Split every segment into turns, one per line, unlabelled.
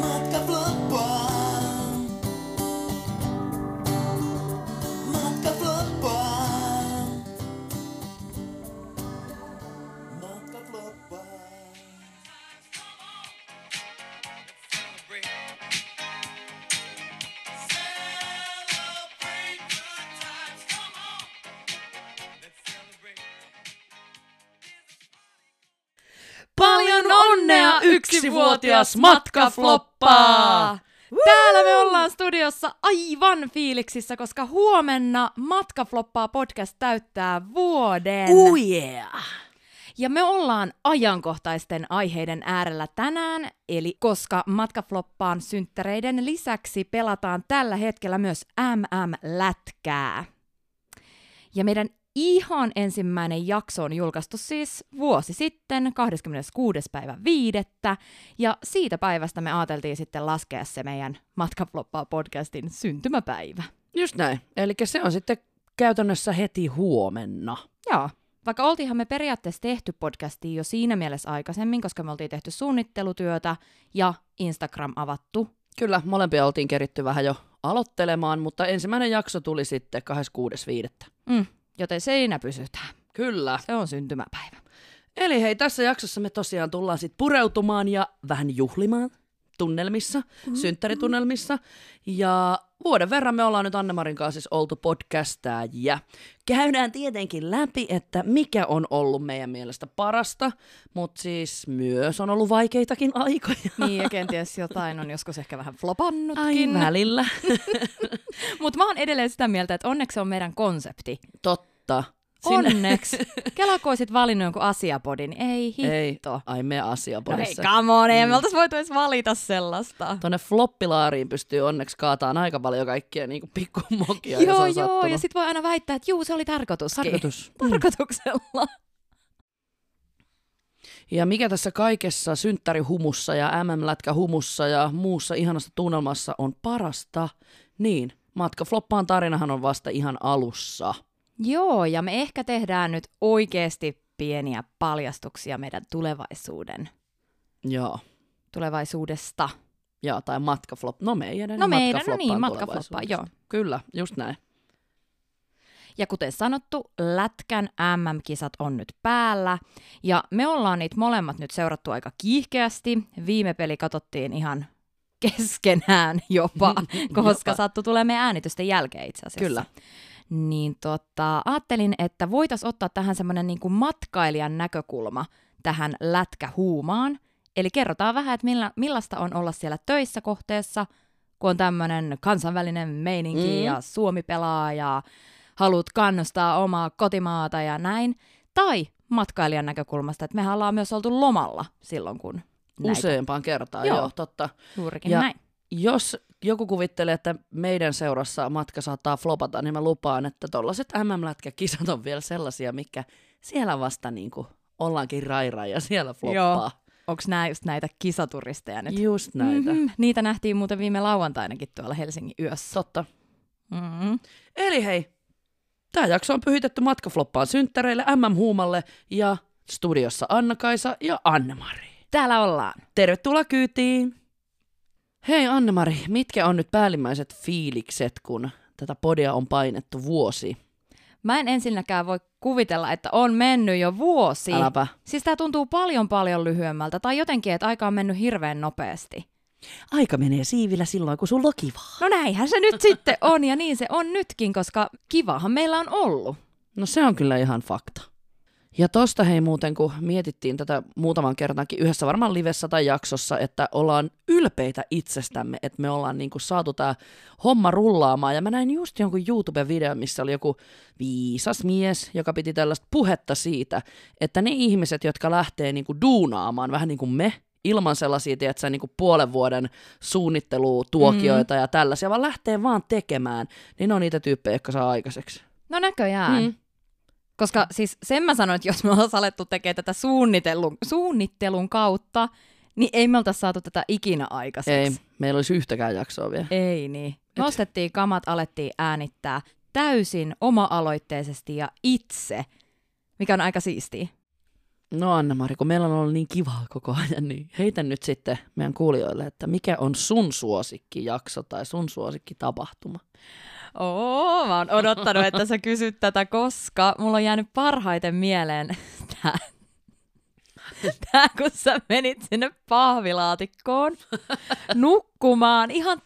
Matka floppaa. Matka floppaa. Matka floppaa.
Paljon onnea yksivuotias matka floppaa! Täällä me ollaan studiossa aivan fiiliksissä, koska huomenna Matka floppaa podcast täyttää vuoden.
Oh yeah!
Ja me ollaan ajankohtaisten aiheiden äärellä tänään, eli koska matkafloppaan synttäreiden lisäksi pelataan tällä hetkellä myös MM-lätkää. Ja meidän ihan ensimmäinen jakso on julkaistu siis vuosi sitten, 26. päivä viidettä, ja siitä päivästä me ajateltiin sitten laskea se meidän Matkafloppaa podcastin syntymäpäivä.
Just näin. Eli se on sitten käytännössä heti huomenna.
Joo. Vaikka oltiinhan me periaatteessa tehty podcastia jo siinä mielessä aikaisemmin, koska me oltiin tehty suunnittelutyötä ja Instagram avattu.
Kyllä, molempia oltiin keritty vähän jo aloittelemaan, mutta ensimmäinen jakso tuli sitten 26.5.
Mm, joten siinä pysytään.
Kyllä.
Se on syntymäpäivä.
Eli hei, tässä jaksossa me tosiaan tullaan sitten pureutumaan ja vähän juhlimaan tunnelmissa, synttäritunnelmissa. Ja vuoden verran me ollaan nyt Annemarin kanssa siis oltu podcastaajia. Käydään tietenkin läpi, että mikä on ollut meidän mielestä parasta, mutta siis myös on ollut vaikeitakin aikoja.
Niin ja kenties jotain on joskus ehkä vähän flopannutkin.
Ai välillä.
Mutta mä oon edelleen sitä mieltä, että onneksi se on meidän konsepti.
Totta.
Onneksi. Kela, kun olisit valinnut jonkun asiapodin. niin Ei
Ei, Mm.
hitto.
ai me
no hei,
asiaporissa.
come on, ei me oltais voitu edes valita sellaista.
Tuonne floppilaariin pystyy onneksi kaataan aika paljon kaikkia niin kuin pikkumokia,
joo,
jos on
joo, ja
sattunut.
sit voi aina väittää, että juu, se oli tarkoituskin.
Tarkoitus.
Tarkoituksella.
Ja mikä tässä kaikessa synttärihumussa ja MM-lätkähumussa ja muussa ihanassa tunnelmassa on parasta? Niin, matka floppaan tarinahan on vasta ihan alussa.
Joo, ja me ehkä tehdään nyt oikeasti pieniä paljastuksia meidän tulevaisuuden,
Joo.
tulevaisuudesta.
Ja, tai matkaflop. No meidän,
No
matka
meidän, no
floppaan
niin, matkafloppaa,
tulevaisuudesta.
joo.
Kyllä, just näin.
Ja kuten sanottu, Lätkän MM-kisat on nyt päällä. Ja me ollaan niitä molemmat nyt seurattu aika kiihkeästi. Viime peli katsottiin ihan keskenään jopa, koska
Jopa.
sattui tulemaan äänitysten jälkeen itse asiassa.
Kyllä.
Niin tota, ajattelin, että voitaisiin ottaa tähän semmoinen niin kuin matkailijan näkökulma tähän lätkähuumaan. Eli kerrotaan vähän, että millä, millaista on olla siellä töissä kohteessa, kun on tämmöinen kansainvälinen meininki
Mm.
mm. ja Suomi pelaa ja haluat kannustaa omaa kotimaata ja näin. Tai matkailijan näkökulmasta, että mehän ollaan myös oltu lomalla silloin, kun näitä
Useampaan kertaan, joo.
Joo.
joo, totta.
juurikin
Ja-
näin.
Jos joku kuvittelee, että meidän seurassa matka saattaa flopata, niin mä lupaan, että tollaset MM-lätkäkisat on vielä sellaisia, mikä siellä vasta niin kuin ollaankin rairaa ja siellä floppaa.
Onko nämä just näitä kisaturisteja nyt?
Just näitä. Mm-hmm.
Mhm. Niitä nähtiin muuten viime lauantainakin tuolla Helsingin yössä.
Totta.
Mm-hmm.
Eli hei, tämä jakso on pyhitetty matkafloppaan synttäreille, MM-huumalle ja studiossa Anna-Kaisa ja Anne-Mari.
Täällä ollaan.
Tervetuloa kyytiin! Hei Anne-Mari, mitkä on nyt päällimmäiset fiilikset, kun tätä podia on painettu vuosi?
Mä en ensinnäkään voi kuvitella, että on mennyt jo vuosi.
Äläpä.
Siis tää tuntuu paljon paljon lyhyemmältä, tai jotenkin, että aika on mennyt hirveän nopeasti.
Aika menee siivillä silloin, kun sulla on kivaa.
No näinhän se nyt sitten on, ja niin se on nytkin, koska kivahan meillä on ollut.
No se on kyllä ihan fakta. Ja tosta hei muuten, kun mietittiin tätä muutaman kertaankin yhdessä varmaan livessä tai jaksossa, että ollaan ylpeitä itsestämme, että me ollaan niinku saatu tämä homma rullaamaan. Ja mä näin just jonkun YouTube-videon, missä oli joku viisas mies, joka piti tällaista puhetta siitä, että ne ihmiset, jotka lähtee niinku duunaamaan, vähän niin kuin me, ilman sellaisia, tiedätkö, niin kuin puolen vuoden suunnittelutuokioita mm. ja tällaisia, vaan lähtee vaan tekemään, niin ne on niitä tyyppejä, jotka saa aikaiseksi.
No näköjään. Mm. Koska siis sen mä sanoin, että jos me ollaan alettu tekemään tätä suunnittelun, suunnittelun kautta, niin ei me oltaisi saatu tätä ikinä aikaiseksi.
Ei, meillä olisi yhtäkään jaksoa vielä.
Ei niin. Nostettiin kamat, alettiin äänittää. täysin oma-aloitteisesti ja itse, mikä on aika siistiä.
No Anna-Mari, kun meillä on ollut niin kivaa koko ajan, niin heitä nyt sitten meidän kuulijoille, että mikä on sun suosikkijakso tai sun suosikkitapahtuma.
Oo, mä oon odottanut, että sä kysyt tätä, koska mulla on jäänyt parhaiten mieleen tää, tää kun sä menit sinne pahvilaatikkoon nukkumaan ihan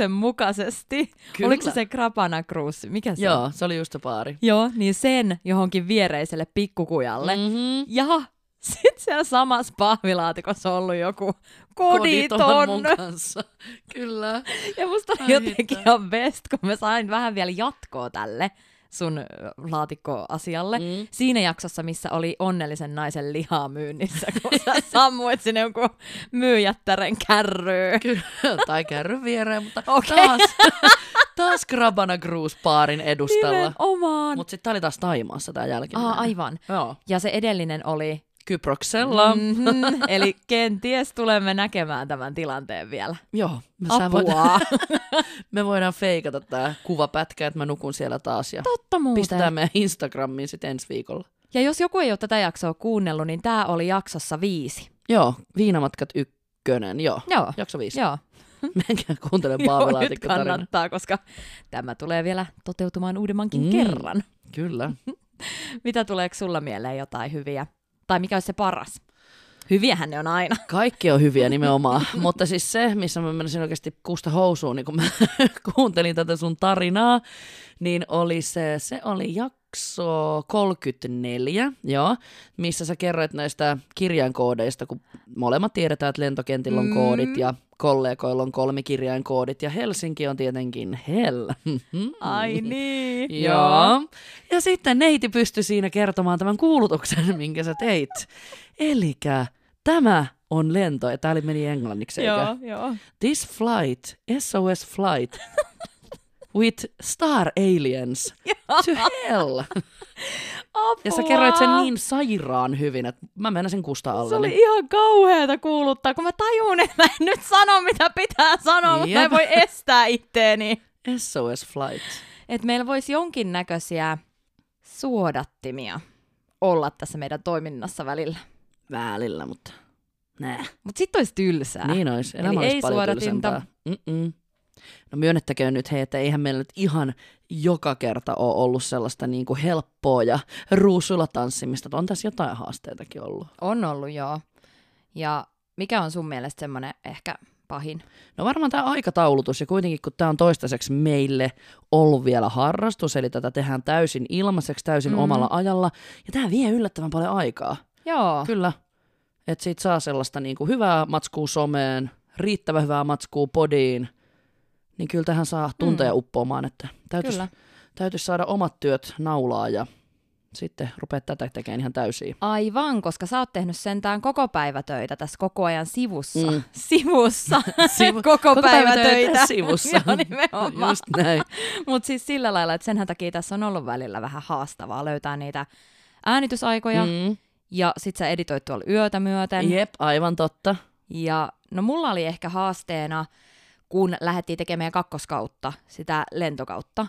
tarkoituksenmukaisesti.
Kyllä.
Oliko se se Krapana Cruise? Mikä se on?
Joo, se oli just se paari.
Joo, niin sen johonkin viereiselle pikkukujalle. Mm.
Mm-hmm.
Ja sit siellä samassa pahvilaatikossa on ollut joku
Kodit on
koditon.
mun kanssa. Kyllä.
Ja musta oli
Ai
jotenkin
hitto.
ihan best, kun mä sain vähän vielä jatkoa tälle sun ö, laatikkoasialle. Mm. Siinä jaksossa, missä oli onnellisen naisen lihaa myynnissä, kun sä sammuit sinne joku myyjättären kärryyn.
Kyllä. Tai kärry viereen, mutta
Okei.
okay. taas, taas Grabana Cruise paarin edustalla.
Nimenomaan. Mut,
Mutta sitten tää oli taas Taimaassa tää jälkimmäinen.
Aa, aivan.
Joo.
Ja se edellinen oli,
Kyproksella. Mm.
mm, eli kenties tulemme näkemään tämän tilanteen vielä.
Joo. Mä No sä voit,
Apua.
me voidaan feikata tää kuvapätkä, että mä nukun siellä taas. Ja
Totta muuten.
pistetään meidän Instagramiin sitten ensi viikolla.
Ja jos joku ei ole tätä jaksoa kuunnellut, niin tämä oli jaksossa viisi.
Joo, Viinamatkat ykkönen, joo.
Joo.
Jakso viisi.
Joo.
Menkää kuuntelemaan
Joo, nyt
paavilaatikko tarina.
kannattaa, koska tämä tulee vielä toteutumaan uudemmankin
Mm.
mm. kerran.
Kyllä.
Mitä tuleeko sulla mieleen jotain hyviä? Tai mikä olisi se paras? Hyviähän ne on aina.
Kaikki on hyviä nimenomaan, mutta siis se, missä mä menisin oikeasti kuusta housuun, niin kun mä kuuntelin tätä sun tarinaa, niin oli se, se oli jakso 34, joo, missä sä kerroit näistä kirjainkoodeista, kun molemmat tiedetään, että lentokentillä
Mm.
on koodit ja kollegoilla on kolme kirjainkoodit ja Helsinki on tietenkin hell.
Ai niin.
Mm. Joo. Ja sitten neiti pystyi siinä kertomaan tämän kuulutuksen, minkä sä teit. Elikkä tämä on lento, ja tää oli meni englanniksi,
Joo,
eikä?
joo.
This flight, SOS flight, with star aliens to hell.
Apua.
Ja sä kerroit sen niin sairaan hyvin, että mä menen sen kusta alle.
Se oli ihan kauheata kuuluttaa, kun mä tajun, että mä en nyt sano, mitä pitää sanoa, mutta mä en
Jep.
voi estää itteeni.
SOS flight.
Että meillä voisi jonkinnäköisiä suodattimia olla tässä meidän toiminnassa välillä.
Välillä, mutta nää.
Mutta sitten olisi tylsää.
Niin olisi.
Eli
Elämä
ei
olisi paljon
suodatinta.
tylsempää. Mm-mm. No myönnettäköön nyt hei, että eihän meillä nyt ihan joka kerta ole ollut sellaista niin kuin helppoa ja ruusulla tanssimista. On tässä jotain haasteitakin ollut.
On ollut, joo. Ja mikä on sun mielestä semmoinen ehkä pahin?
No varmaan tämä aikataulutus ja kuitenkin kun tämä on toistaiseksi meille ollut vielä harrastus, eli tätä tehdään täysin ilmaiseksi, täysin
Mm.
mm. omalla ajalla. Ja tämä vie yllättävän paljon aikaa.
Joo.
Kyllä. Että siitä saa sellaista niin kuin hyvää matskua someen, riittävän hyvää matskua podiin. Niin kyllä tähän saa tunteja mm. uppoamaan, että täytyisi,
Kyllä.
täytyisi saada omat työt naulaa ja sitten rupeaa tätä tekemään ihan täysiä.
Aivan, koska sä oot tehnyt sentään koko päivä töitä tässä koko ajan sivussa.
Mm.
Sivussa.
Sivu-
koko päivä töitä.
sivussa.
Joo, nimenomaan.
Just näin.
Mutta siis sillä lailla, että senhän takia tässä on ollut välillä vähän haastavaa löytää niitä äänitysaikoja. Mm.
Mm.
Ja sit sä editoit tuolla yötä myöten.
Jep, aivan totta.
Ja no mulla oli ehkä haasteena, kun lähdettiin tekemään kakkoskautta, sitä lentokautta.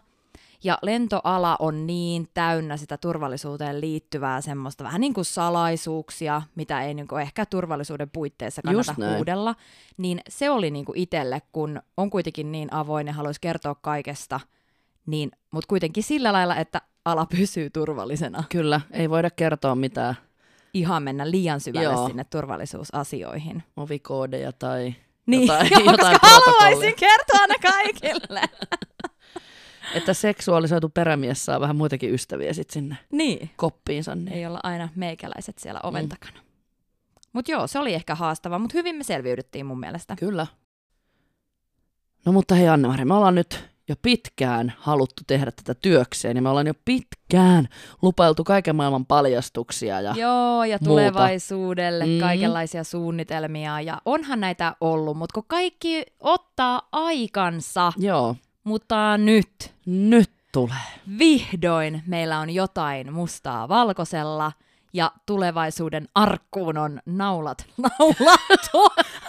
Ja lentoala on niin täynnä sitä turvallisuuteen liittyvää semmoista vähän niin kuin salaisuuksia, mitä ei niin kuin ehkä turvallisuuden puitteissa kannata
Just näin.
huudella. Niin se oli niin kuin itselle, kun on kuitenkin niin avoin ja haluaisi kertoa kaikesta, niin, mutta kuitenkin sillä lailla, että ala pysyy turvallisena.
Kyllä, ei voida kertoa mitään
Ihan mennä liian syvälle Joo.
Joo.
sinne turvallisuusasioihin.
ovikoodeja tai
Niin,
jotain,
joo,
jotain
koska haluaisin
protokollia.
kertoa ne kaikille.
Että seksuaalisoitu perämies saa vähän muitakin ystäviä sitten sinne
niin.
koppiinsa. Niin.
Ei olla aina meikäläiset siellä oven mm. takana. Mutta joo, se oli ehkä haastava, mutta hyvin me selviydyttiin mun mielestä.
Kyllä. No mutta hei anna me ollaan nyt jo pitkään haluttu tehdä tätä työkseen ja me ollaan jo pitkään lupailtu kaiken maailman paljastuksia ja
Joo, ja
Muuta.
tulevaisuudelle mm.
Mm.
kaikenlaisia suunnitelmia ja onhan näitä ollut, mutta kun kaikki ottaa aikansa,
joo,
mutta nyt
nyt tulee.
vihdoin meillä on jotain mustaa valkoisella ja tulevaisuuden arkkuun on naulat naulattu.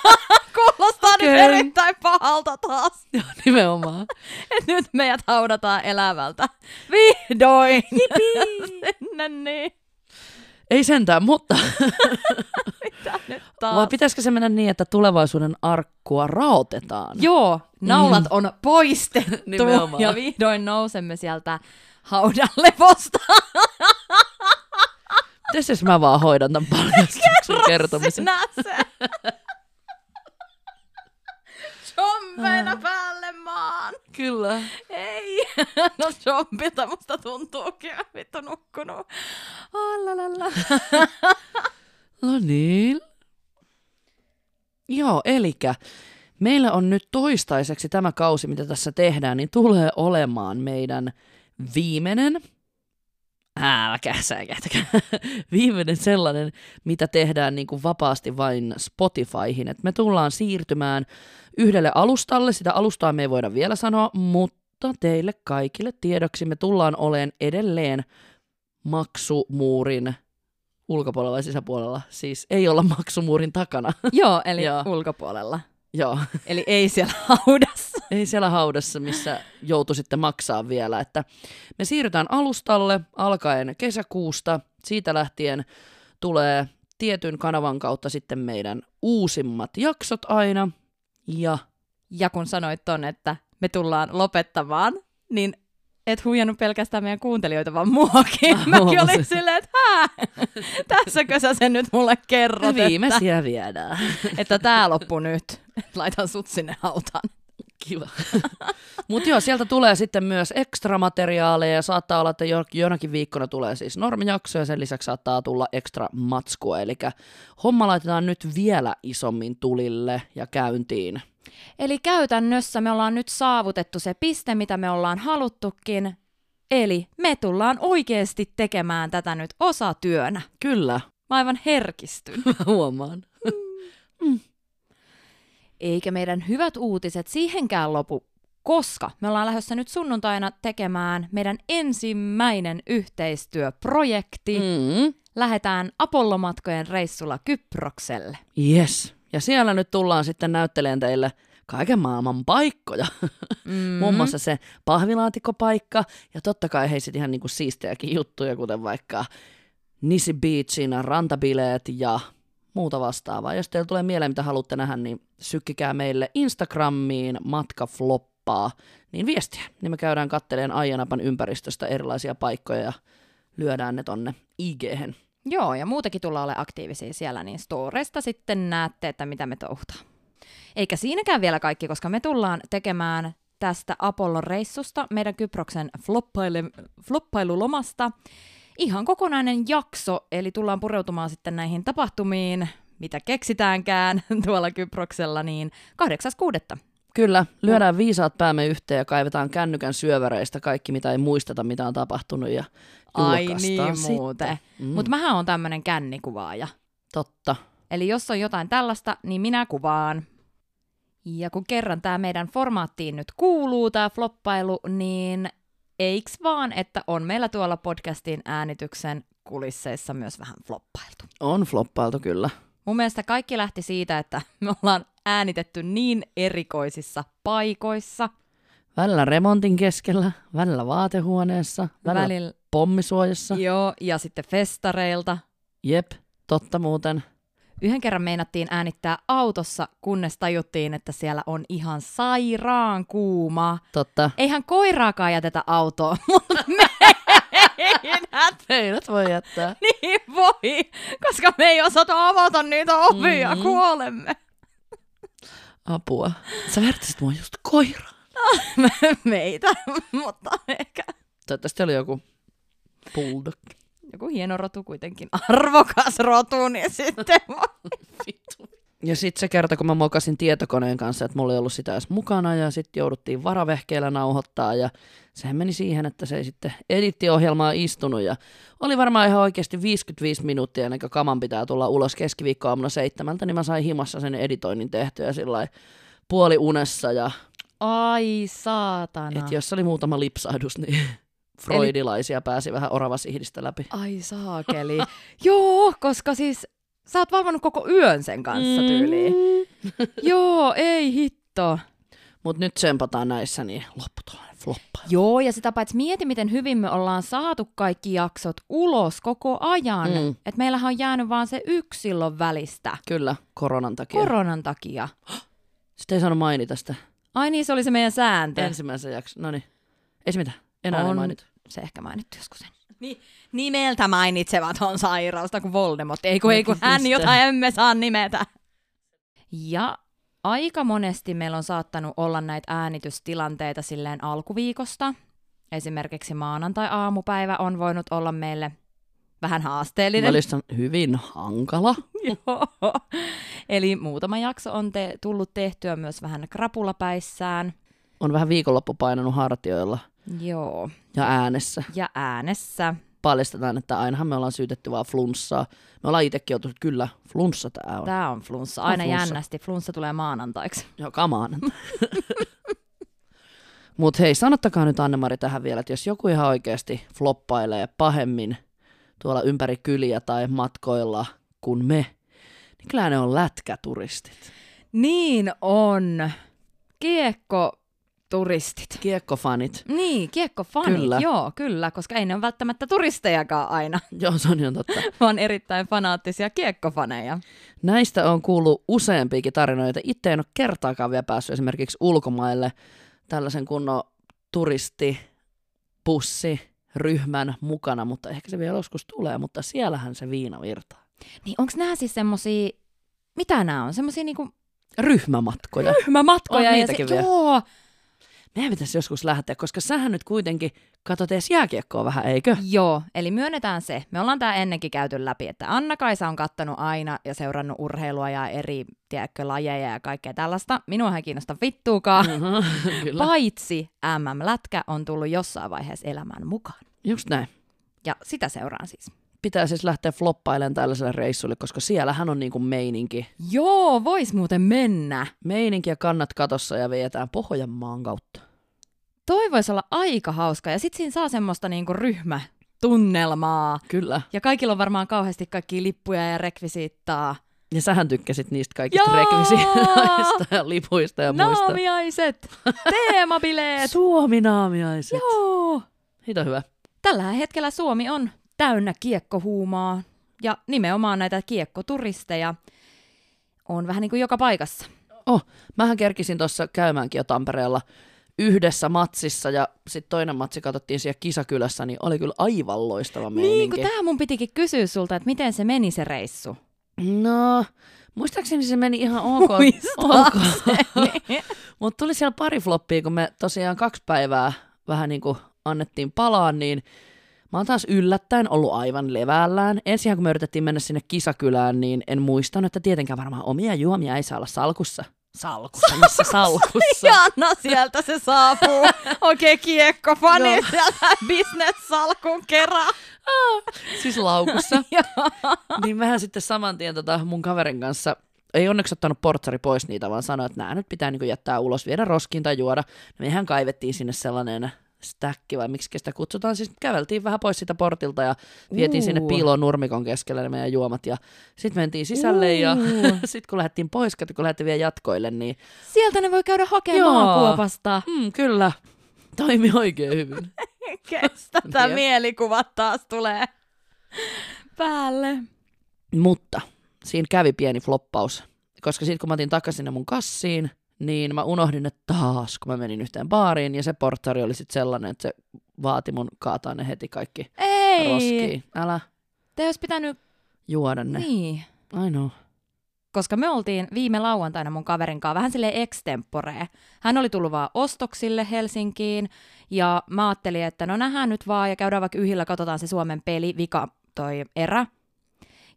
Kuulostaa okay. nyt
Okei.
erittäin pahalta taas,
Joo, nimenomaan.
että nyt meidät haudataan elävältä. Vihdoin! Sinne niin.
Ei sentään, mutta
Mitä nyt
vai
taas?
pitäisikö se mennä niin, että tulevaisuuden arkkua raotetaan?
Joo, naulat on poistettu
Nimenomaan.
ja vihdoin nousemme sieltä haudan levosta.
Mites jos mä vaan hoidan tämän paljastuksen kertomisen?
Sinä se. Chompeena päälle maan.
Kyllä.
Ei. No chompilta musta tuntuukin. Vittu nukkunut. Ah, Allalala.
No niin. Joo, elikä meillä on nyt toistaiseksi tämä kausi, mitä tässä tehdään, niin tulee olemaan meidän viimeinen, älkää säkätkää, viimeinen sellainen, mitä tehdään niin kuin vapaasti vain Spotifyhin. Et me tullaan siirtymään yhdelle alustalle, sitä alustaa me ei voida vielä sanoa, mutta teille kaikille tiedoksi me tullaan oleen edelleen maksumuurin ulkopuolella ja sisäpuolella. Siis ei olla maksumuurin takana.
Joo, eli
Joo.
ulkopuolella.
Joo.
Eli ei siellä haudassa.
Ei siellä haudassa, missä joutu sitten maksaa vielä. Että me siirrytään alustalle alkaen kesäkuusta. Siitä lähtien tulee tietyn kanavan kautta sitten meidän uusimmat jaksot aina. Ja
Ja kun sanoit ton, että me tullaan lopettamaan, niin et huijannut pelkästään meidän kuuntelijoita, vaan muakin.
Mä
Mäkin
huomasin.
olin silleen, että hää, tässäkö sä sen nyt mulle kerrot, että,
viimeisiä viedään.
että tää loppu nyt. Laitan sut sinne hautaan.
Kiva. Mutta joo, sieltä tulee sitten myös ekstra materiaaleja ja saattaa olla, että jo- jonakin viikkona tulee siis normijakso ja sen lisäksi saattaa tulla ekstra matskua. Eli homma laitetaan nyt vielä isommin tulille ja käyntiin.
Eli käytännössä me ollaan nyt saavutettu se piste, mitä me ollaan haluttukin. Eli me tullaan oikeasti tekemään tätä nyt osatyönä.
Kyllä,
Mä aivan herkistyn.
mä huomaan.
Eikä meidän hyvät uutiset siihenkään lopu, koska me ollaan lähdössä nyt sunnuntaina tekemään meidän ensimmäinen yhteistyöprojekti. Mm.
Mm.
Lähetään Apollomatkojen reissulla Kyprokselle.
Yes. Ja siellä nyt tullaan sitten näyttelemään teille kaiken maailman paikkoja. Mm-hmm. Muun muassa se pahvilaatikkopaikka ja totta kai hei sit ihan niinku siistejäkin juttuja, kuten vaikka Nisi Beachin rantabileet ja muuta vastaavaa. Jos teillä tulee mieleen, mitä haluatte nähdä, niin sykkikää meille Instagramiin matkafloppaa, niin viestiä. Niin me käydään katteleen Aijanapan ympäristöstä erilaisia paikkoja ja lyödään ne tonne IG-hen.
Joo, ja muutenkin tullaan olemaan aktiivisia siellä, niin storesta sitten näette, että mitä me touhutaan. Eikä siinäkään vielä kaikki, koska me tullaan tekemään tästä Apollon reissusta, meidän Kyproksen floppaile- floppailulomasta, ihan kokonainen jakso, eli tullaan pureutumaan sitten näihin tapahtumiin, mitä keksitäänkään tuolla Kyproksella, niin 8.6.
Kyllä, lyödään viisaat päämme yhteen ja kaivetaan kännykän syöväreistä kaikki, mitä ei muisteta, mitä on tapahtunut ja
Ai
julkaistaan
niin
sitten.
muuten.
Mm,
Mutta mähän on tämmönen kännikuvaaja.
totta.
Eli jos on jotain tällaista, niin minä kuvaan. Ja kun kerran tämä meidän formaattiin nyt kuuluu, tämä floppailu, niin eiks vaan, että on meillä tuolla podcastin äänityksen kulisseissa myös vähän floppailtu.
On floppailtu kyllä.
Mun mielestä kaikki lähti siitä, että me ollaan äänitetty niin erikoisissa paikoissa.
Välillä remontin keskellä, välillä vaatehuoneessa, välillä, Ah. välillä.
Välillä,
pommisuojassa.
joo, ja sitten festareilta.
Jep, totta muuten.
Yhden kerran meinattiin äänittää autossa, kunnes tajuttiin, että siellä on ihan sairaan kuumaa.
Totta.
Eihän koiraakaan jätetä autoa, mutta meidät
Meidät voi jättää.
niin voi, koska me ei osata avata niitä ovia,
Mhm.
mm-hmm. kuolemme.
Apua. Sä vertaisit mua just koiraan.
Meitä, mutta ehkä
Toivottavasti oli joku bulldog.
joku hieno rotu kuitenkin, arvokas rotu, niin sitten voi.
Ja sitten se kerta, kun mä mokasin tietokoneen kanssa, että mulla ei ollut sitä edes mukana ja sitten jouduttiin varavehkeellä nauhoittaa ja sehän meni siihen, että se ei sitten edittiohjelmaa istunut ja oli varmaan ihan oikeasti 55 minuuttia ennen kuin kaman pitää tulla ulos keskiviikkoaamuna seitsemältä, niin mä sain himassa sen editoinnin tehtyä sillä puoli unessa ja
Ai saatana.
et jos oli muutama lipsahdus, niin freudilaisia pääsi vähän oravasihdistä läpi.
Ai saakeli. Joo, koska siis sä oot valvonut koko yön sen kanssa tyyliin. Mm-hmm. Joo, ei hitto.
Mutta nyt tsempataan näissä, niin lopputuloinen floppaa.
Joo, ja sitä paitsi mieti, miten hyvin me ollaan saatu kaikki jaksot ulos koko ajan.
Mm.
Mm. Että meillähän on jäänyt vaan se yksi silloin välistä.
Kyllä, koronan takia.
Koronan takia.
Sitten ei saanut mainita sitä
Ai niin, se oli se meidän sääntö.
ensimmäisen jakson. No niin, ei se mitään. Enää ei
On
mainita.
Se ehkä mainittu joskus sen. Ni- nimeltä mainitsevat on sairausta kuin Voldemort. Ei kun, ei kun hän,
Mistä?
jota emme saa nimetä. Ja aika monesti meillä on saattanut olla näitä äänitystilanteita silleen alkuviikosta. Esimerkiksi maanantai-aamupäivä on voinut olla meille vähän haasteellinen.
Välistä on hyvin hankala.
Joo. Eli muutama jakso on te- tullut tehtyä myös vähän krapulapäissään.
On vähän viikonloppu painanut hartioilla
Joo.
ja äänessä.
Ja äänessä.
Paljastetaan, että ainahan me ollaan syytetty vaan flunssaa. Me ollaan itsekin oltu, kyllä, flunssa tää on.
Tämä on flunssa.
On
Aina
flunssa.
jännästi. Flunssa tulee maanantaiksi.
Joo, come on. Mutta hei, sanottakaa nyt Annemari tähän vielä, että jos joku ihan oikeasti floppailee pahemmin tuolla ympäri kyliä tai matkoilla kuin me, niin kyllä ne on lätkäturistit.
Niin on. Kiekko turistit.
Kiekkofanit.
Niin, kiekkofanit,
Kyllä.
kyllä. joo, kyllä, koska ei ne ole välttämättä turistejakaan aina,
Joo, se on ihan totta.
vaan erittäin fanaattisia kiekkofaneja.
Näistä on kuullut useampiakin tarinoita. Itse en ole kertaakaan vielä päässyt esimerkiksi ulkomaille tällaisen kunnon turisti, pussi, ryhmän mukana, mutta ehkä se vielä joskus tulee, mutta siellähän se viina virtaa.
Niin onko nämä siis semmosia, mitä nämä on, semmosia niinku
Ryhmämatkoja.
ryhmämatkoja?
On
ja
niitäkin
se,
vielä.
Joo,
Meidän pitäisi joskus lähteä, koska sähän nyt kuitenkin katsot edes jääkiekkoa vähän, eikö?
joo, eli myönnetään se. Me ollaan tää ennenkin käyty läpi, että Anna-Kaisa on kattanut aina ja seurannut urheilua ja eri, tiedätkö, lajeja ja kaikkea tällaista. Minua ei kiinnosta vittuukaan.
Kyllä.
Paitsi MM-lätkä on tullut jossain vaiheessa elämään mukaan.
Just näin.
Ja sitä seuraan siis.
Pitää siis lähteä floppailemaan tällaiselle reissulle, koska siellähän on niinku meininki.
Joo, vois muuten mennä.
Meininki ja kannat katossa ja vietään Pohjanmaan kautta.
Toi vois olla aika hauska ja sit siinä saa semmoista niinku ryhmätunnelmaa.
Kyllä.
Ja kaikilla on varmaan kauheasti kaikki lippuja ja rekvisiittaa.
Ja sähän tykkäsit niistä kaikista
Joo!
rekvisiaista ja lipuista ja muista.
Naamiaiset! Teemabileet!
Suomi-naamiaiset.
Joo!
Hito hyvä.
Tällä hetkellä Suomi on täynnä kiekkohuumaa ja nimenomaan näitä kiekkoturisteja on vähän niin kuin joka paikassa.
Oh, mähän kerkisin tuossa käymäänkin jo Tampereella yhdessä matsissa ja sitten toinen matsi katsottiin siellä kisakylässä, niin oli kyllä aivan loistava
Niin,
meininki.
kun tää mun pitikin kysyä sulta, että miten se meni se reissu.
No, muistaakseni se meni ihan ok. ok.
Niin,
Mutta tuli siellä pari floppia, kun me tosiaan kaksi päivää vähän niin kuin annettiin palaa, niin mä oon taas yllättäen ollut aivan levällään. Ensin kun me yritettiin mennä sinne kisakylään, niin en muistanut, että tietenkään varmaan omia juomia ei saa olla salkussa. Salkussa, missä salkussa?
Janna sieltä se saapuu. Oikein kiekkofani
Joo.
no. sieltä bisnessalkun kerran.
siis laukussa.
Joo.
niin mähän sitten saman tien tota mun kaverin kanssa ei onneksi ottanut portsari pois niitä, vaan sanoi, että nämä nyt pitää niinku jättää ulos, viedä roskiin tai juoda. No mehän kaivettiin sinne sellainen stäkki, vai miksi sitä kutsutaan. Siis käveltiin vähän pois siitä portilta ja vietiin sinne
Uu.
piiloon nurmikon keskelle ne meidän juomat. Ja sitten mentiin sisälle ja
Uu.
sitten kun lähdettiin pois, kato, kun lähdettiin vielä jatkoille, niin
Sieltä ne voi käydä
Joo.
hakemaan kuopasta.
mm, kyllä, toimi oikein hyvin.
Kestä
tää
mielikuvat taas tulee päälle.
Mutta siinä kävi pieni floppaus, koska sitten kun mä otin takaisin sinne mun kassiin, niin mä unohdin ne taas, kun mä menin yhteen baariin, ja se portari oli sitten sellainen, että se vaati mun kaataa ne heti kaikki
Ei.
roskiin. Älä
Te olisi pitänyt,
juoda ne.
ne.
Niin.
niin.
Ainoa.
Koska me oltiin viime lauantaina mun kaverin kanssa vähän silleen extemporee. Hän oli tullut vaan ostoksille Helsinkiin ja mä ajattelin, että no nähdään nyt vaan ja käydään vaikka yhillä, katsotaan se Suomen peli, vika toi erä.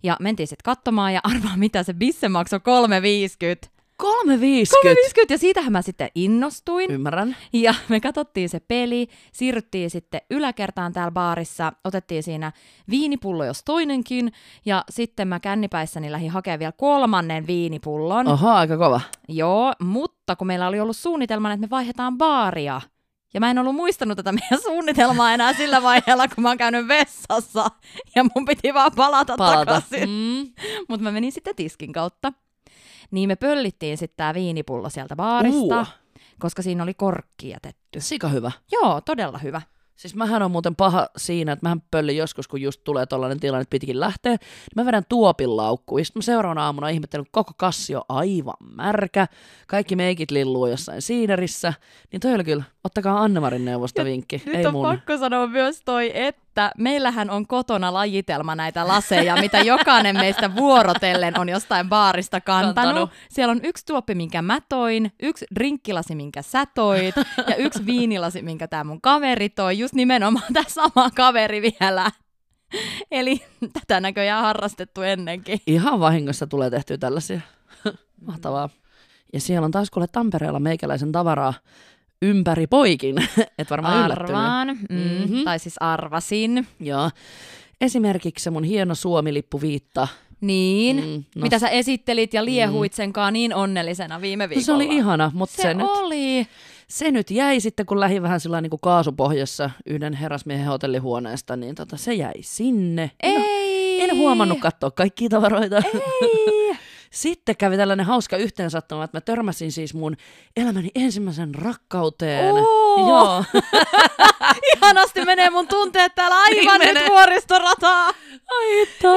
Ja mentiin sitten katsomaan ja arvaa mitä se bisse maksoi 3,50.
3,50.
3,50 ja siitähän mä sitten innostuin.
Ymmärrän.
Ja me katsottiin se peli, siirryttiin sitten yläkertaan täällä baarissa, otettiin siinä viinipullo jos toinenkin, ja sitten mä kännipäissäni lähdin hakemaan vielä kolmannen viinipullon.
Oha, aika kova.
Joo, mutta kun meillä oli ollut suunnitelmana, että me vaihdetaan baaria, Ja mä en ollut muistanut tätä meidän suunnitelmaa enää sillä vaiheella, kun mä oon käynyt vessassa. Ja mun piti vaan palata, palata.
Palata.
takaisin.
Mm.
Mutta mä menin sitten tiskin kautta. Niin me pöllittiin sitten tää viinipullo sieltä baarista,
Uu.
koska siinä oli korkki jätetty.
Sika hyvä.
Joo, todella hyvä.
Siis mähän on muuten paha siinä, että mähän pöllin joskus, kun just tulee tollainen tilanne, että pitikin lähtee, niin mä vedän tuopin laukkuun. Ja sitten mä seuraavana aamuna ihmettelen, kun koko kassi on aivan märkä, kaikki meikit lilluu jossain siinerissä. Niin toi oli kyllä, ottakaa Annemarin neuvosta vinkki,
Nyt
ei
on
mun.
pakko sanoa myös toi, että meillähän on kotona lajitelma näitä laseja, mitä jokainen meistä vuorotellen on jostain baarista kantanut.
Kantanut.
Siellä on yksi tuoppi, minkä mä toin, yksi drinkkilasi, minkä sä toit, ja yksi viinilasi, minkä tämä mun kaveri toi. Just nimenomaan tämä sama kaveri vielä. Eli tätä näköjään harrastettu ennenkin.
Ihan vahingossa tulee tehtyä tällaisia. Mahtavaa. Ja siellä on taas kuule Tampereella meikäläisen tavaraa ympäri poikin. Et varmaan yllättynyt.
Arvaan, mm,
Mhm.
mm-hmm. tai siis arvasin.
Joo. Esimerkiksi se mun hieno Suomi-lippuviitta.
Niin,
Mm,
mm,
no Mm.
no mitä sä esittelit ja liehuit senkaan niin onnellisena viime
No,
viikolla.
se oli ihana, mutta se,
Se,
se nyt
oli.
se nyt jäi sitten, kun lähdin vähän sillä niin kuin kaasupohjassa yhden herrasmiehen hotellihuoneesta, niin tota, se jäi sinne. En, oo-
Ei.
en huomannut katsoa kaikkia tavaroita.
Ei.
Sitten kävi tällainen hauska yhteensattuma, että mä törmäsin siis mun elämäni ensimmäisen rakkauteen.
Oo.
Joo.
Ihanasti menee mun tunteet täällä aivan
Niin
niin
menee.
nyt vuoristorataa.
Ai että.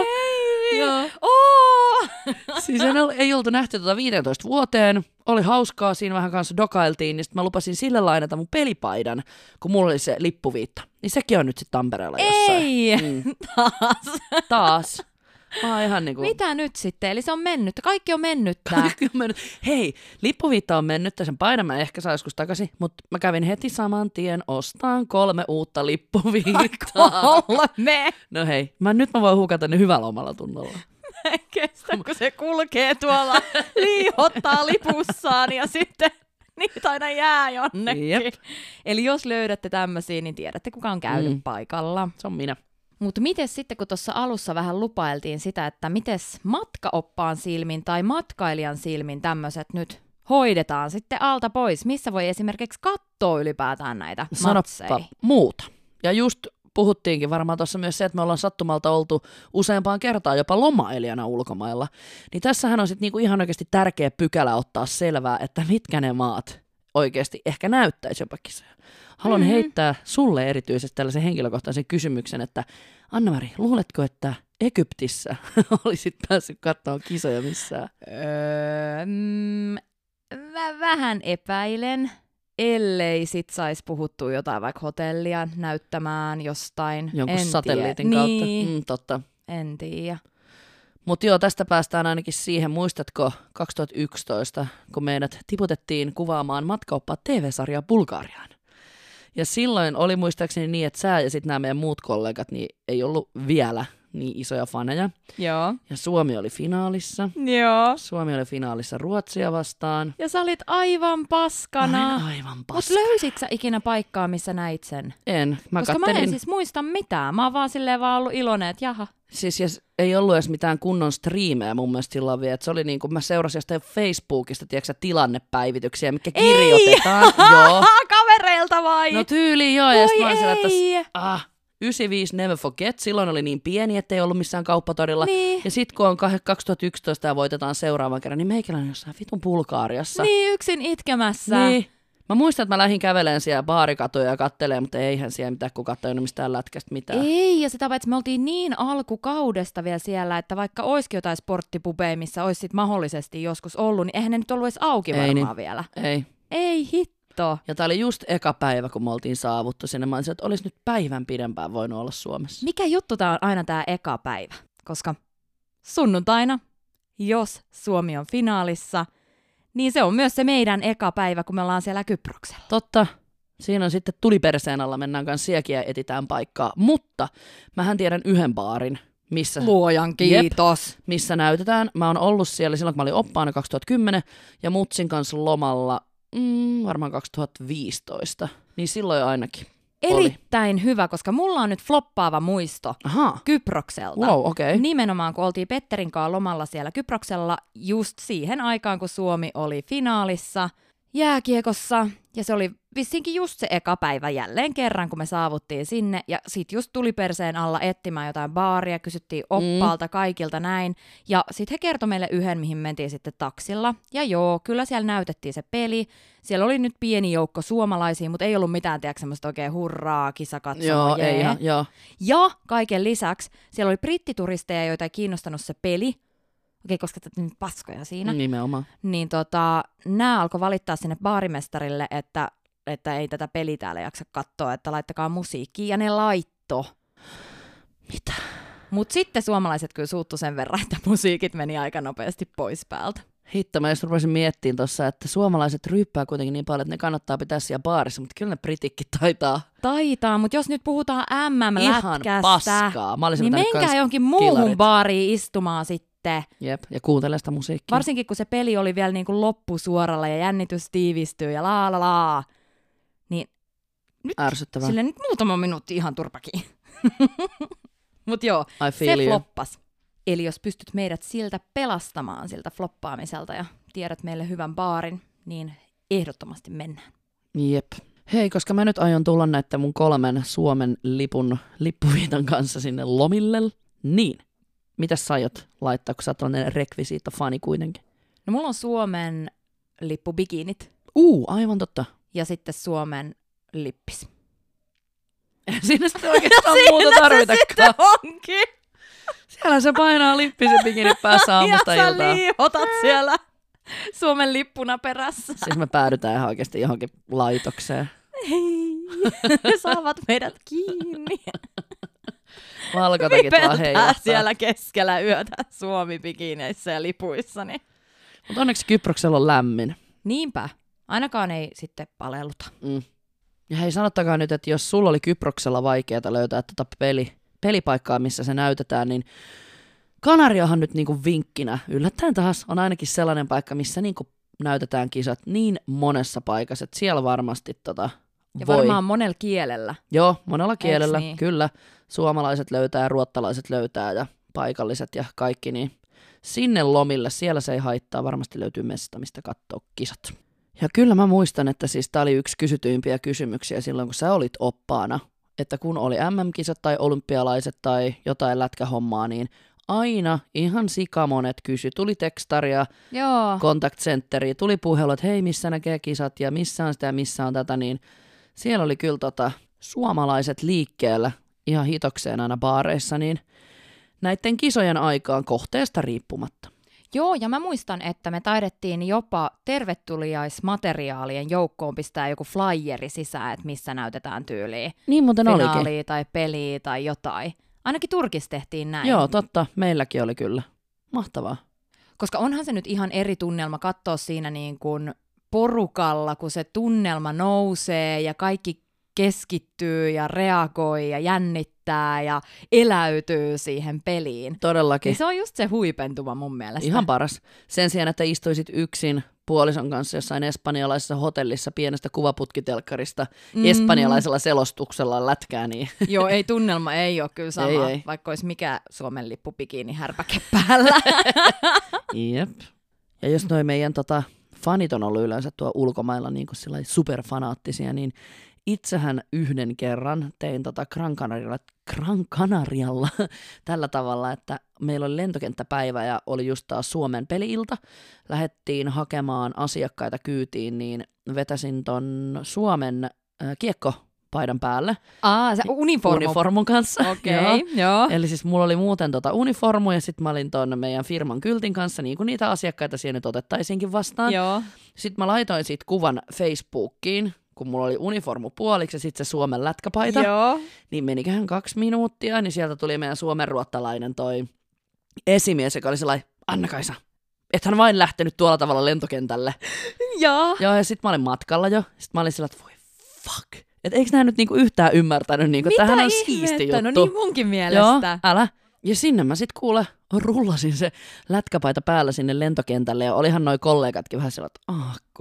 Joo.
Oo.
Siis en ol, ei oltu nähty tuota 15 vuoteen. Oli hauskaa, siinä vähän kanssa dokailtiin, niin sitten mä lupasin sille lainata mun pelipaidan, kun mulla oli se lippuviitta. Niin sekin on nyt sitten Tampereella jossain.
Ei.
Mm.
Taas.
Taas. Mä oon ihan niinku...
Mitä nyt sitten? Eli se on mennyt. Kaikki on mennyt tää.
Kaikki on mennyt. Hei, lippuviitta on mennyt, ja sen paidan mä ehkä saa joskus takaisin, mutta mä kävin heti saman tien ostaan kolme uutta lippuviittaa.
Kolme.
No hei, mä, nyt mä voin hukata ne hyvällä omalla tunnolla.
Mä en kestä, kun se kulkee tuolla, liihottaa lipussaan ja sitten niitä aina jää jonnekin.
Jep.
Jep. Eli jos löydätte tämmöisiä, niin tiedätte, kuka on käynyt mm. paikalla.
Se on minä.
Mutta miten sitten, kun tuossa alussa vähän lupailtiin sitä, että miten matkaoppaan silmin tai matkailijan silmin tämmöiset nyt hoidetaan sitten alta pois? Missä voi esimerkiksi katsoa ylipäätään näitä matseja?
Sanoppa muuta. Ja just puhuttiinkin varmaan tuossa myös se, että me ollaan sattumalta oltu useampaan kertaan jopa lomailijana ulkomailla. Niin tässähän on sitten niinku ihan oikeasti tärkeä pykälä ottaa selvää, että mitkä ne maat oikeasti ehkä näyttäisi jopa kisoja. Haluan mm-hmm. heittää sulle erityisesti tällaisen henkilökohtaisen kysymyksen, että Anna-Mari, luuletko, että Egyptissä olisit päässyt katsomaan kisoja missään?
Öö, mm, mä vähän epäilen, ellei sit saisi puhuttua jotain vaikka hotellia näyttämään jostain.
Jonkun
en
satelliitin
tiedä.
kautta.
Niin,
Mm, totta.
en tiedä.
Mutta joo, tästä päästään ainakin siihen, muistatko 2011, kun meidät tiputettiin kuvaamaan matkaoppaa TV-sarjaa Bulgariaan. Ja silloin oli muistaakseni niin, että sä ja sitten nämä meidän muut kollegat niin ei ollut vielä niin isoja faneja.
Joo.
Ja Suomi oli finaalissa.
Joo.
Suomi oli finaalissa Ruotsia vastaan.
Ja sä olit aivan
Aivan,
paskana.
aivan
Mutta
paska.
löysit sä ikinä paikkaa, missä näit sen?
En. Mä
Koska
kattelin.
mä en siis muista mitään. Mä oon vaan silleen vaan ollut iloinen, että jaha.
Siis ja s- ei ollut edes mitään kunnon striimejä mun mielestä silloin vielä. Et se oli niin kuin mä seurasin jostain Facebookista, tiedätkö, sä, tilannepäivityksiä, mitkä kirjoitetaan. Joo.
kavereilta vai?
No tyyli joo, ja sit mä
Voi
olin siellä, että
ei.
ah, 95 Never Forget, silloin oli niin pieni, ettei ollut missään kauppatorilla.
Niin.
Ja sit kun on kah- 2011 ja voitetaan seuraavan kerran, niin meikäläinen on jossain vitun Bulgaariassa.
Niin, yksin itkemässä.
Niin. Mä muistan, että mä lähdin käveleen siellä baarikatoja ja katteleen, mutta eihän siellä mitään kukaan tajunnut mistään lätkästä mitään.
Ei, ja sitä paitsi me oltiin niin alkukaudesta vielä siellä, että vaikka olisikin jotain sporttipubeja, missä olisi sit mahdollisesti joskus ollut, niin eihän ne nyt ollut edes auki
Ei
varmaan
niin.
vielä.
Ei.
Ei hitto.
Ja tää oli just eka päivä, kun me oltiin saavuttu sinne. Mä olisin, että olisi nyt päivän pidempään voinut olla Suomessa.
Mikä juttu tämä on aina tämä eka päivä? Koska sunnuntaina, jos Suomi on finaalissa, niin se on myös se meidän eka päivä, kun me ollaan siellä Kyproksella.
Totta. Siinä on sitten tuliperseen alla, mennään kanssa sielläkin ja etitään paikkaa. Mutta mähän tiedän yhden baarin, missä,
Luojan
kiitos. missä näytetään. Mä oon ollut siellä silloin, kun mä olin oppaana 2010 ja Mutsin kanssa lomalla mm, varmaan 2015. Niin silloin ainakin. Oli.
Erittäin hyvä, koska mulla on nyt floppaava muisto
Aha.
Kyprokselta.
Wow, okei.
niin
Okay.
Nimenomaan kun oltiin Petterin kanssa lomalla siellä Kyproksella just siihen aikaan, kun Suomi oli finaalissa jääkiekossa. Ja se oli vissinkin just se eka päivä jälleen kerran, kun me saavuttiin sinne. Ja sit just tuli perseen alla etsimään jotain baaria, kysyttiin
Mm.
oppaalta kaikilta näin. Ja sit he kertoi meille yhden, mihin mentiin sitten taksilla. Ja joo, kyllä siellä näytettiin se peli. Siellä oli nyt pieni joukko suomalaisia, mutta ei ollut mitään, tiedätkö, semmoista oikein hurraa, kisakatsomaa.
Joo,
jee.
ei ihan, joo.
Ja kaiken lisäksi siellä oli brittituristeja, joita ei kiinnostanut se peli. Okei, koska tätä nyt paskoja siinä. Mm.
Nimenomaan.
Niin tota, nämä alkoi valittaa sinne baarimestarille, että, että ei tätä peli täällä jaksa katsoa, että laittakaa musiikkia. Ja ne laitto.
Mitä?
Mutta sitten suomalaiset kyllä suuttu sen verran, että musiikit meni aika nopeasti pois päältä.
Hitto, mä just rupesin miettimään tuossa, että suomalaiset ryyppää kuitenkin niin paljon, että ne kannattaa pitää siellä baarissa, mutta kyllä ne britikki taitaa
Taitaa, mutta jos nyt puhutaan
ihan
MM-lätkästä,
paskaa. Mä olisin
niin
pitänyt
menkää
kans-
johonkin muuhun
kilarit.
baariin istumaan sitten.
Jep, ja kuuntele sitä musiikkia.
Varsinkin kun se peli oli vielä niin kuin loppusuoralla ja jännitys tiivistyy ja laa la laa. Niin
Ärsyttävää.
sille nyt muutama minuutti ihan turpakin. Mutta joo,
I
se
feel you.
floppas. Eli jos pystyt meidät siltä pelastamaan siltä floppaamiselta ja tiedät meille hyvän baarin, niin ehdottomasti mennään.
Jep. Hei, koska mä nyt aion tulla näiden mun kolmen Suomen lipun lippuviitan kanssa sinne lomille, niin mitä sä aiot laittaa, kun sä oot tällainen rekvisiittafani kuitenkin?
No mulla on Suomen lippubikinit
Uu, aivan totta.
ja sitten Suomen lippis.
Siinä sitten oikeastaan muuta tarvitakaan.
onkin.
Siellä se painaa lippisen bikini päässä aamusta
ja sä
iltaan.
liihotat siellä Suomen lippuna perässä.
Siis me päädytään ihan oikeasti johonkin laitokseen.
Hei, saavat meidät kiinni.
Valkotakin vaan
Vipeltää
heilahtaa.
siellä keskellä yötä Suomi bikineissä ja lipuissa. Niin.
Mutta onneksi Kyproksella on lämmin.
Niinpä. Ainakaan ei sitten palelluta.
Mm. Ja hei, sanottakaa nyt, että jos sulla oli Kyproksella vaikeaa löytää tätä peli, pelipaikkaa, missä se näytetään, niin Kanariahan nyt niinku vinkkinä, yllättäen taas, on ainakin sellainen paikka, missä niinku näytetään kisat niin monessa paikassa, että siellä varmasti tota
Ja
voi.
varmaan monella kielellä.
Joo, monella kielellä,
niin?
niin? kyllä. Suomalaiset löytää ja ruottalaiset löytää ja paikalliset ja kaikki, niin sinne lomille, siellä se ei haittaa, varmasti löytyy mesta, mistä katsoa kisat. Ja kyllä mä muistan, että siis tää oli yksi kysytyimpiä kysymyksiä silloin, kun sä olit oppaana, että kun oli MM-kisat tai olympialaiset tai jotain lätkähommaa, niin aina ihan sikamonet kysy. Tuli tekstaria,
Joo.
contact centeriin, tuli puhelu, että hei, missä näkee kisat ja missä on sitä ja missä on tätä, niin siellä oli kyllä tota, suomalaiset liikkeellä ihan hitokseen aina baareissa, niin näiden kisojen aikaan kohteesta riippumatta.
Joo, ja mä muistan, että me taidettiin jopa tervetuliaismateriaalien joukkoon pistää joku flyeri sisään, että missä näytetään tyyliä.
Niin muuten olikin.
Finaalia tai peliä tai jotain. Ainakin Turkissa tehtiin näin.
Joo, totta, meilläkin oli kyllä. Mahtavaa.
Koska onhan se nyt ihan eri tunnelma katsoa siinä niin kuin porukalla, kun se tunnelma nousee ja kaikki keskittyy ja reagoi ja jännittää ja eläytyy siihen peliin.
Todellakin.
Niin se on just se huipentuma mun mielestä.
Ihan paras. Sen sijaan, että istuisit yksin puolison kanssa jossain espanjalaisessa hotellissa pienestä kuvaputkitelkkarista
Mhm.
mm. espanjalaisella selostuksella lätkää, niin
Joo, ei tunnelma ei ole kyllä sama,
Ei, ei.
vaikka olisi mikä Suomen lippu bikini härpäke päällä.
Jep. Ja jos noi meidän tota, fanit on ollut yleensä tuo ulkomailla niin kuin sillai superfanaattisia, niin itsehän yhden kerran tein tota Gran Canarialla, Gran Canarialla tällä tavalla, että meillä oli lentokenttäpäivä ja oli just taas Suomen peliilta. Lähettiin hakemaan asiakkaita kyytiin, niin vetäsin ton Suomen äh, kiekkopaidan päälle
Aa, se uniformu.
uniformun kanssa.
Okei,
Joo.
okay, joo.
Eli siis mulla oli muuten tota uniformu ja sitten mä olin ton meidän firman kyltin kanssa, niin kuin niitä asiakkaita siellä nyt otettaisiinkin vastaan.
Joo.
Sitten mä laitoin siitä kuvan Facebookiin, kun mulla oli uniformu puoliksi ja sitten se Suomen lätkäpaita.
Joo.
Niin meniköhän kaksi minuuttia, niin sieltä tuli meidän suomenruottalainen toi esimies, joka oli sellainen, Anna-Kaisa, ethän vain lähtenyt tuolla tavalla lentokentälle.
Joo.
Joo, ja sitten mä olin matkalla jo. Sitten mä olin sillä, että voi fuck. Et eikö nämä nyt niinku yhtään ymmärtänyt, niinku,
Mitä
tämähän on
ihmettä?
siisti juttu.
No niin munkin mielestä.
Joo, älä. Ja sinne mä sit kuule, rullasin se lätkäpaita päällä sinne lentokentälle ja olihan noi kollegatkin vähän sellaiset,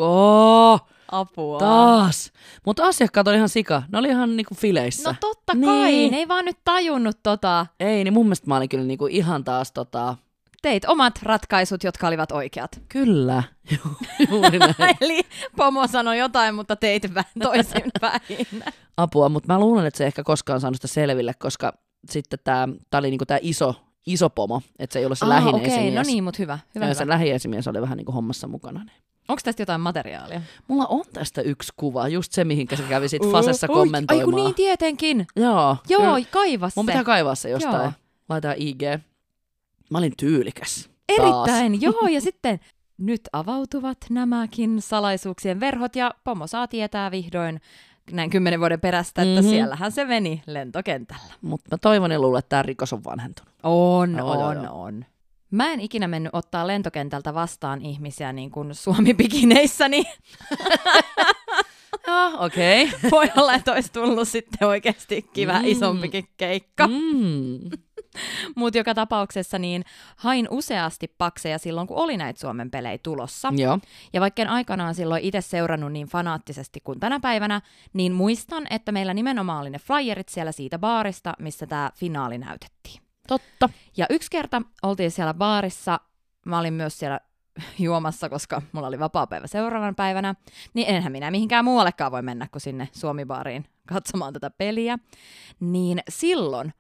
ahko,
Apua.
taas. Mutta asiakkaat oli ihan sika, ne oli ihan niinku fileissä.
No totta kai,
Niin.
ne ei vaan nyt tajunnut tota
Ei, niin mun mielestä mä olin kyllä niinku ihan taas tota,
Teit omat ratkaisut, jotka olivat oikeat.
Kyllä, Ju- juuri näin.
Eli pomo sanoi jotain, mutta teit vähän
Ah,
toisinpäin.
apua, mutta mä luulen, että se ei ehkä koskaan saanut sitä selville, koska sitten tämä tää oli niinku tää iso, iso pomo, että se ei ollut se lähin
okei,
esimies.
no niin, mutta hyvä. hyvä,
ja
hyvä.
se lähiesimies oli vähän niinku hommassa mukana. Niin.
Onko tästä jotain materiaalia?
Mulla on tästä yksi kuva, just se, mihinkä se kävi sitten
Oi,
Fasessa
oi,
kommentoimaan.
Ai kun niin, tietenkin.
Joo,
Joo,
kyllä.
kaiva se.
Mun pitää kaivaa se jostain.
Joo.
Laitetaan IG. Mä olin tyylikäs. Taas.
Erittäin, joo. Ja sitten nyt avautuvat nämäkin salaisuuksien verhot ja pomo saa tietää vihdoin näin kymmenen vuoden perästä, että
Mhm.
mm-hmm. siellähän se meni lentokentällä.
Mutta mä toivon ja luulen, että tämä rikos on vanhentunut.
On,
Joo, joo,
on,
joo.
on. Mä en ikinä mennyt ottaa lentokentältä vastaan ihmisiä niin kuin Suomi-pikineissä, niin
Joo, okei. Okay.
voi olla, että olisi tullut sitten oikeasti kivä
Mm.
mm. isompikin keikka. Mm.
Mm.
Mutta joka tapauksessa niin hain useasti pakseja silloin, kun oli näitä Suomen pelejä tulossa.
Joo.
Ja vaikka en aikanaan silloin itse seurannut niin fanaattisesti kuin tänä päivänä, niin muistan, että meillä nimenomaan oli ne flyerit siellä siitä baarista, missä tämä finaali näytettiin.
Totta.
Ja yksi kerta oltiin siellä baarissa, mä olin myös siellä juomassa, koska mulla oli vapaa päivä seuraavana päivänä, niin enhän minä mihinkään muuallekaan voi mennä kuin sinne Suomibaariin katsomaan tätä peliä. Niin silloin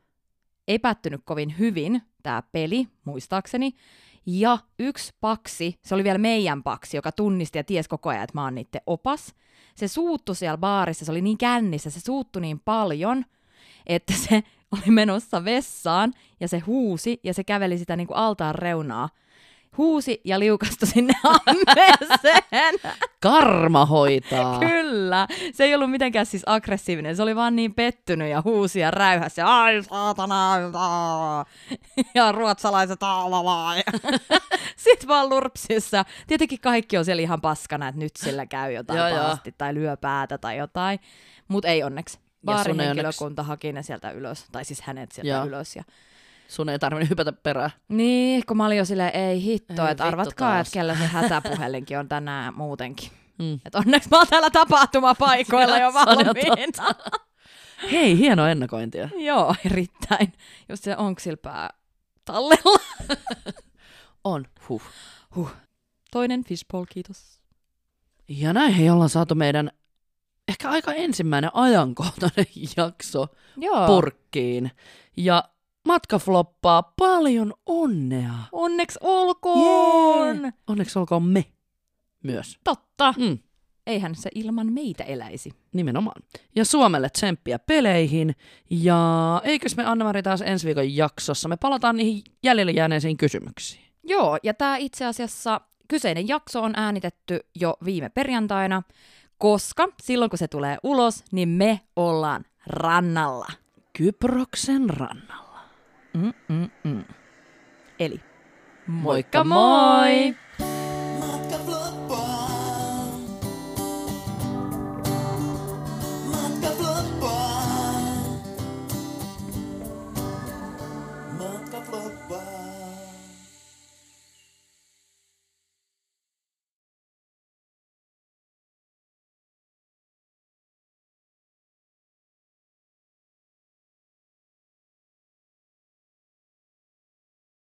ei päättynyt kovin hyvin tämä peli, muistaakseni, ja yksi paksi, se oli vielä meidän paksi, joka tunnisti ja ties koko ajan, että mä oon niiden opas. Se suuttu siellä baarissa, se oli niin kännissä, se suuttu niin paljon, että se oli menossa vessaan ja se huusi ja se käveli sitä niin kuin altaan reunaa. Huusi ja liukastui sinne ammeeseen.
Karma hoitaa.
Kyllä. Se ei ollut mitenkään siis aggressiivinen. Se oli vaan niin pettynyt ja huusi ja räyhäsi. Ai saatana. aa." Ja ruotsalaiset. aa, la, la. Sitten vaan lurpsissa. Tietenkin kaikki on siellä ihan paskana, että nyt sillä käy jotain
Joo,
joo,
joo.
pahasti tai lyö päätä tai jotain. Mutta ei onneksi.
sun ei
Baarin henkilökunta haki ne sieltä ylös, tai siis hänet sieltä
Joo.
joo. ylös. Ja...
Sun ei tarvinnut hypätä perään.
Niin, kun mä olin jo silleen, ei hitto,
Ei
että
vittu
arvatkaa,
taas.
että kellä se hätäpuhelinkin on tänään muutenkin.
Mm.
Et onneksi mä oon täällä tapahtumapaikoilla jo
Se on jo
valmiina.
Hei, hieno ennakointia.
Joo, erittäin. Just se onko sillä pää tallella.
On. Huh.
Toinen fishbowl, kiitos.
Ja näin he ollaan saatu meidän ehkä aika ensimmäinen ajankohtainen jakso
Joo.
purkkiin. Ja matka floppaa paljon onnea.
Onneksi olkoon.
Jee. Onneksi olkoon me myös.
Totta.
Mm,
Eihän se ilman meitä eläisi.
nimenomaan. Ja Suomelle tsemppiä peleihin. Ja eikös me anna taas ensi viikon jaksossa. Me palataan niihin jäljelle jääneisiin kysymyksiin.
Joo, ja tämä itse asiassa kyseinen jakso on äänitetty jo viime perjantaina, koska silloin kun se tulee ulos, niin me ollaan rannalla.
Kyproksen rannalla.
Mm-mm-mm. Eli
Moikka
moi! moi.
Matka floppaa.